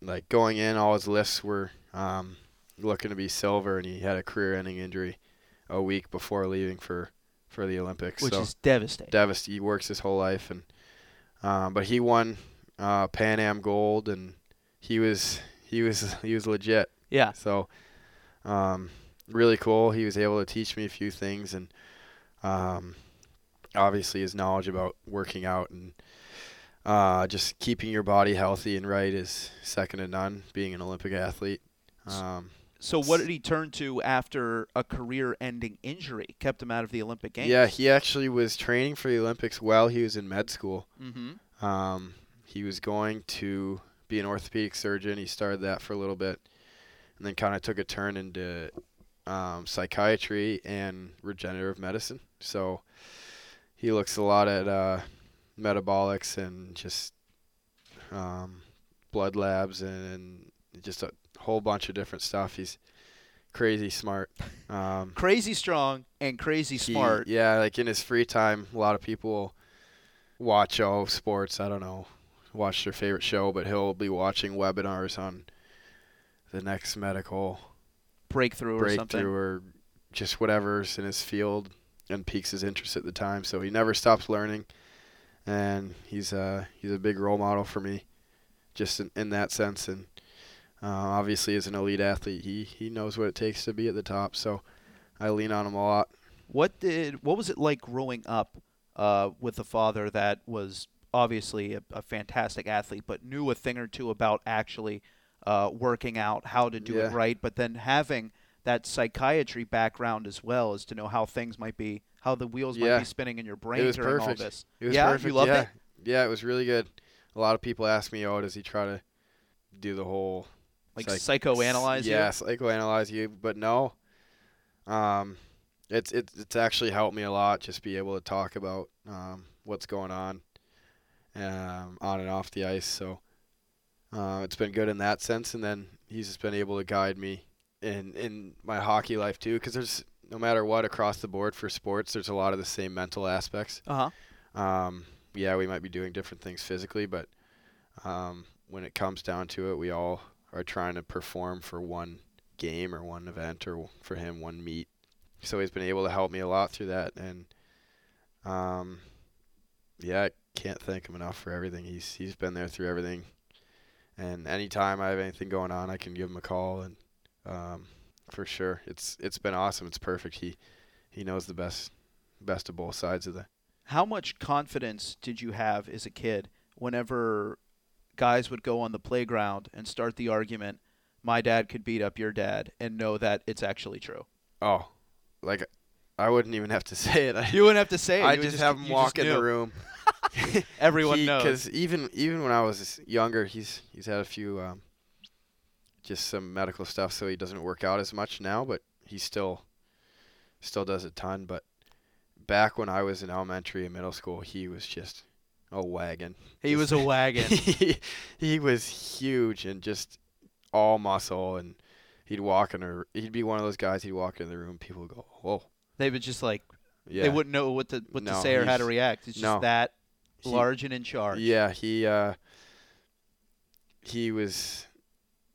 like going in. All his lifts were um, looking to be silver, and he had a career-ending injury a week before leaving for for the Olympics.
Which
so
is devastating.
devast- He works his whole life, and um, but he won uh, Pan Am gold, and he was he was he was legit.
yeah.
So, um, really cool. He was able to teach me a few things, and um, obviously his knowledge about working out and uh, just keeping your body healthy and right is second to none. Being an Olympic athlete, um,
So what did he turn to after a career-ending injury kept him out of the Olympic Games?
yeah, he actually was training for the Olympics while he was in med school.
Mm-hmm.
Um, he was going to be an orthopedic surgeon. He started that for a little bit, and then kind of took a turn into um, psychiatry and regenerative medicine. So he looks a lot at uh, metabolics and just um, blood labs and just a whole bunch of different stuff. He's crazy smart. Um,
Crazy strong and crazy
he-
smart.
yeah, like in his free time, a lot of people watch all sports. I don't know, watch their favorite show, but he'll be watching webinars on the next medical
breakthrough or
breakthrough
something.
or just whatever's in his field and piques his interest at the time. So he never stops learning, and he's a he's a big role model for me, just in, in that sense. And uh, obviously, as an elite athlete, he he knows what it takes to be at the top. So I lean on him a lot.
What did what was it like growing up uh, with a father that was obviously a, a fantastic athlete, but knew a thing or two about actually uh, working out, how to do it
Yeah.
right, but then having that psychiatry background as well as to know how things might be, how the wheels might
Yeah.
be spinning in your brain
it was
during
perfect.
all this.
It was
yeah,
perfect.
you loved
yeah.
it.
Yeah, it was really good. A lot of people ask me, "Oh, does he try to do the whole
Like
psych-
psychoanalyze you?
Yeah, psychoanalyze you, but no. Um, it's it's it's actually helped me a lot just be able to talk about um what's going on, um on and off the ice. So, uh, it's been good in that sense, and then he's just been able to guide me in in my hockey life too, because there's no matter what across the board for sports, there's a lot of the same mental aspects
Uh huh.
um, yeah, we might be doing different things physically, but um, when it comes down to it, we all are trying to perform for one game or one event or for him one meet. So he's been able to help me a lot through that, and um, yeah, I can't thank him enough for everything. He's he's been there through everything, and anytime I have anything going on, I can give him a call, and um, for sure, it's it's been awesome. It's perfect. He he knows the best best of both sides of the
how much confidence did you have as a kid whenever guys would go on the playground and start the argument my dad could beat up your dad and know that it's actually true
Oh, like I wouldn't even have to say it. I,
you wouldn't have to say it
I
you would
just, have
you
him
just
walk in
knew.
the room.
everyone knows
Because even even when I was younger, he's he's had a few um, just some medical stuff, so he doesn't work out as much now. But he still still does a ton. But back when I was in elementary and middle school, he was just a wagon.
he was a wagon
he, he was huge and just all muscle and. He'd walk in her. He'd be one of those guys. He'd walk in the room. People would go, "Whoa,
they would just like
yeah."
they wouldn't know what to what to
No,
say or how to
he's-
react it's just
no.
that
He-
large and in charge
Yeah, he uh, he was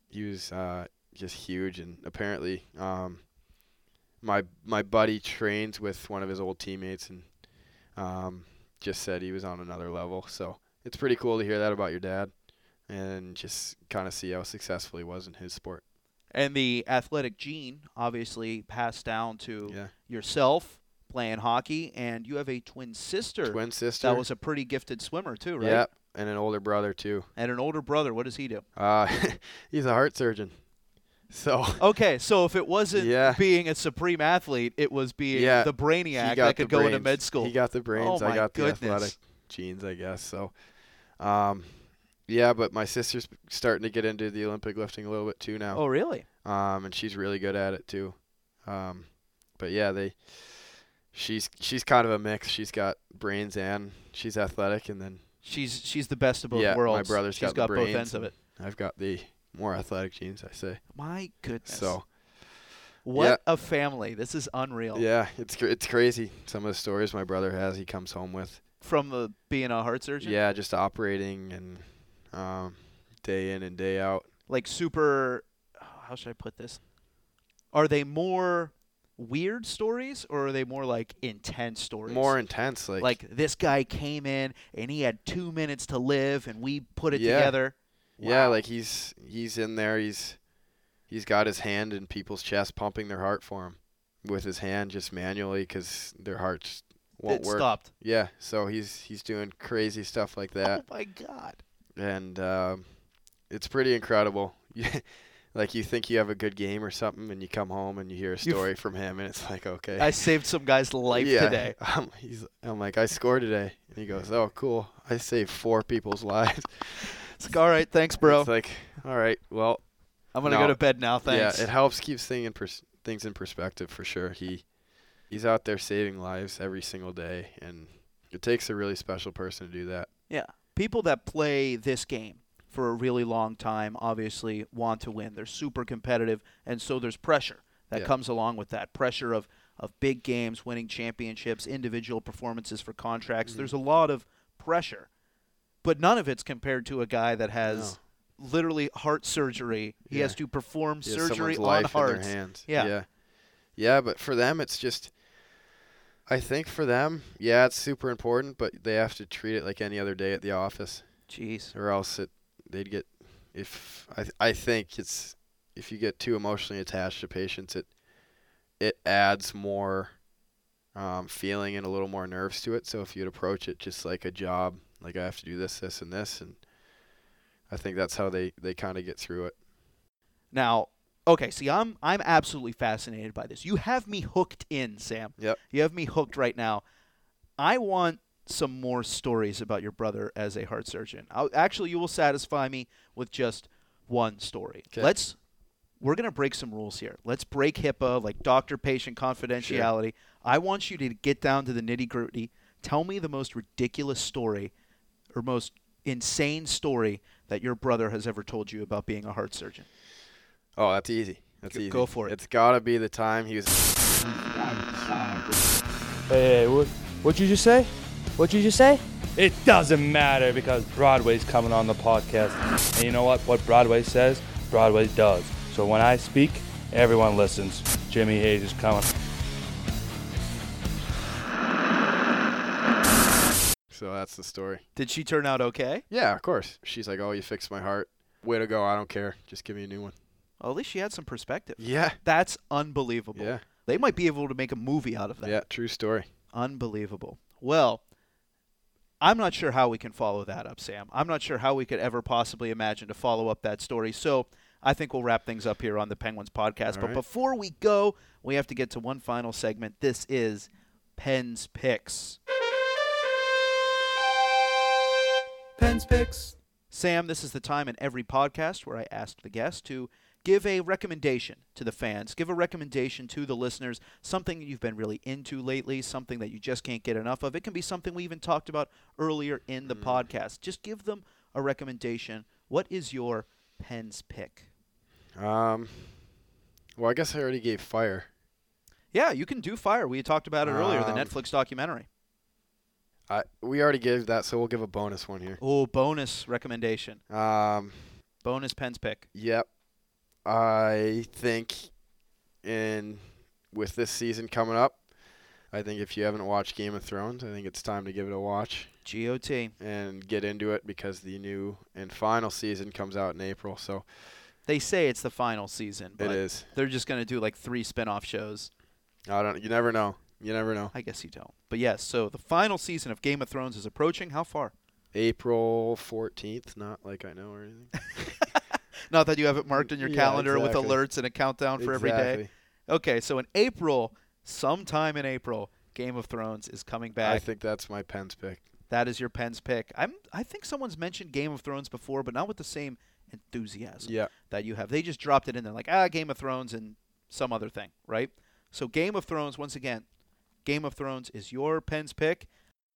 he was uh, just huge, and apparently, um, my my buddy trains with one of his old teammates, and um, just said he was on another level. So it's pretty cool to hear that about your dad, and just kind of see how successful he was in his sport.
and the athletic gene obviously passed down to
Yeah,
yourself playing hockey and you have a twin sister
twin sister.
that was a pretty gifted swimmer too right
yeah, and an older brother too.
and an older brother what does he do
Uh, he's a heart surgeon, so.
Okay, so if it wasn't
Yeah.
being a supreme athlete, it was being
Yeah,
the brainiac
He
that
got
could
the
go into
brains.
med school. Oh
He got the brains.
my
I got the
goodness.
athletic genes, I guess. So, um, yeah, but my sister's starting to get into the Olympic lifting a little bit too now.
oh, really?
Um, and she's really good at it too. Um, but yeah, they, she's she's kind of a mix. She's got brains and she's athletic, and then
She's she's the best of both
yeah,
worlds.
my brother's
She's
got, the brains.
both ends of
and
it.
I've got the more athletic genes, I say.
My goodness.
So
what a family! This is unreal.
yeah, it's cr- it's crazy. Some of the stories my brother has, he comes home with.
From the, being a heart surgeon,
Yeah, just operating and um, day in and day out.
like super. oh, How should I put this? Are they more weird stories or are they more like intense stories?
More intense, like,
like this guy came in and he had two minutes to live and we put it
Yeah.
together.
yeah,
Wow.
like he's he's in there. He's he's got his hand in people's chest, pumping their heart for him with his hand, just manually, because their heart's won't
it
work.
stopped.
Yeah, so he's he's doing crazy stuff like that,
Oh my God.
and um, it's pretty incredible. like you think you have a good game or something, and you come home and you hear a
You f-
story from him, and it's like, okay,
I saved some guy's life
yeah.
today.
I'm, he's, I'm like, I scored today, and he goes, oh, cool, I saved four people's lives.
It's like, all right, thanks, bro.
It's like, all right, well,
I'm gonna go
no.
to bed now. Thanks.
Yeah, it helps keeps thing in pers- things in perspective for sure. He he's out there saving lives every single day, and it takes a really special person to do that.
Yeah. People that play this game for a really long time obviously want to win. They're super competitive, and so there's pressure that
Yeah.
comes along with that pressure of, of big games, winning championships, individual performances for contracts.
Mm-hmm.
There's a lot of pressure, but none of it's compared to a guy that has literally heart surgery. He
Yeah.
has to perform
He has
surgery
someone's
on
life in
hearts.
their hands.
Yeah.
yeah, yeah. But for them, it's just. I think for them, yeah, it's super important, but they have to treat it like any other day at the office,
Jeez.
or else it they'd get. If I th- I think it's if you get too emotionally attached to patients, it it adds more um, feeling and a little more nerves to it. So if you'd approach it just like a job, like I have to do this, this, and this, and I think that's how they they kind of get through it.
Now, okay, see, I'm I'm absolutely fascinated by this. You have me hooked in, Sam.
Yep.
You have me hooked right now. I want some more stories about your brother as a heart surgeon. I'll, actually, you will satisfy me with just one story.
'Kay.
Let's we're going to break some rules here. Let's break HIPAA, like doctor-patient confidentiality. I want you to get down to the nitty-gritty. Tell me the most ridiculous story or most insane story that your brother has ever told you about being a heart surgeon.
Oh, that's easy. That's
Go-
easy.
go for it.
It's gotta be the time he was.
Hey, what, what'd you just say? What'd you just say? It doesn't matter because Broadway's coming on the podcast. And you know what? What Broadway says, Broadway does. So when I speak, everyone listens. Jimmy Hayes is coming.
So that's the story.
Did she turn out okay?
Yeah, of course. She's like, "Oh, you fixed my heart. Way to go. I don't care. Just give me a new one."
Well, at least she had some perspective.
Yeah.
That's unbelievable.
Yeah.
They might be able to make a movie out of that.
Yeah. True story.
Unbelievable. Well, I'm not sure how we can follow that up, Sam. I'm not sure how we could ever possibly imagine to follow up that story. So I think we'll wrap things up here on the Penguins podcast. but
right.
before we go, we have to get to one final segment. This is Penn's Picks. Penn's Picks. Sam, this is the time in every podcast where I ask the guest to give a recommendation to the fans, give a recommendation to the listeners, something that you've been really into lately, something that you just can't get enough of. It can be something we even talked about earlier in the podcast. Just give them a recommendation. What is your Penn's pick?
Um. Well, I guess I already gave fire.
Yeah, you can do Fire. We talked about it earlier, the
Um,
Netflix documentary.
I we already gave that, so we'll give a bonus one here.
Oh, bonus recommendation.
Um.
Bonus Penn's pick.
Yep. I think in with this season coming up, I think if you haven't watched Game of Thrones, I think it's time to give it a watch
GOT.
and get into it because the new and final season comes out in April. So
They say it's the final season, but
it is.
they're just going to do like three spin off shows.
I don't. You never know. You never know.
I guess you don't. But yes, so the final season of Game of Thrones is approaching. How far?
April fourteenth. Not like I know or anything.
Not that you have it marked in your
Yeah,
calendar with
exactly.
alerts and a countdown for every day.
Exactly.
Okay, so in April, sometime in April, Game of Thrones is coming back.
I think that's my Penn's pick.
that is your Penn's pick. I'm I think someone's mentioned Game of Thrones before, but not with the same enthusiasm
Yeah.
that you have. They just dropped it in there like ah Game of Thrones and some other thing, right? So Game of Thrones once again, Game of Thrones is your Penn's pick.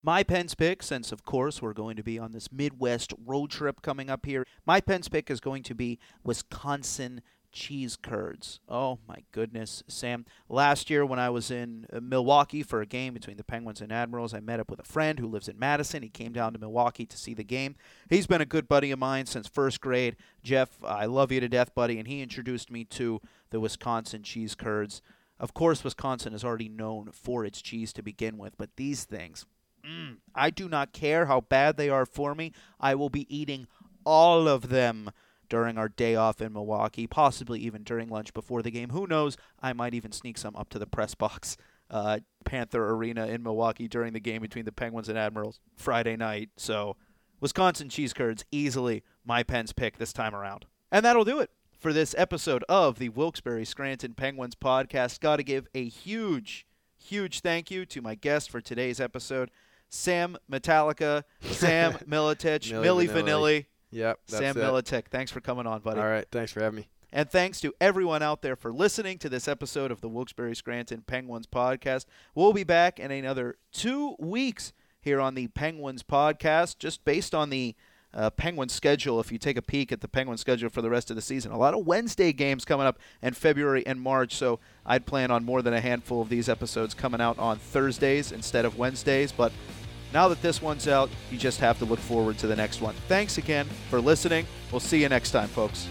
My Penn's pick, since of course we're going to be on this Midwest road trip coming up here, my Penn's pick is going to be Wisconsin cheese curds. Oh my goodness, Sam. Last year when I was in uh, Milwaukee for a game between the Penguins and Admirals, I met up with a friend who lives in Madison. He came down to Milwaukee to see the game. He's been a good buddy of mine since first grade. Jeff, I love you to death, buddy, and he introduced me to the Wisconsin cheese curds. Of course, Wisconsin is already known for its cheese to begin with, but these things, mm, I do not care how bad they are for me. I will be eating all of them during our day off in Milwaukee, possibly even during lunch before the game. Who knows? I might even sneak some up to the press box. uh, Panther Arena in Milwaukee during the game between the Penguins and Admirals Friday night. So Wisconsin cheese curds easily my Penn's pick this time around. And that'll do it for this episode of the Wilkes-Barre Scranton Penguins podcast. Got to give a huge, huge thank you to my guest for today's episode, Sam Metallica, Sam Militich, Millie
Milli
Vanilli,
Vanilli. Yep. That's
Sam
it.
Militich. Thanks for coming on, buddy.
All right. Thanks for having me.
And thanks to everyone out there for listening to this episode of the Wilkes-Barre Scranton Penguins podcast. We'll be back in another two weeks here on the Penguins podcast, just based on the uh, Penguins schedule. If you take a peek at the Penguins schedule for the rest of the season, a lot of Wednesday games coming up in February and March. So I'd plan on more than a handful of these episodes coming out on Thursdays instead of Wednesdays. But now that this one's out, you just have to look forward to the next one. Thanks again for listening. We'll see you next time, folks.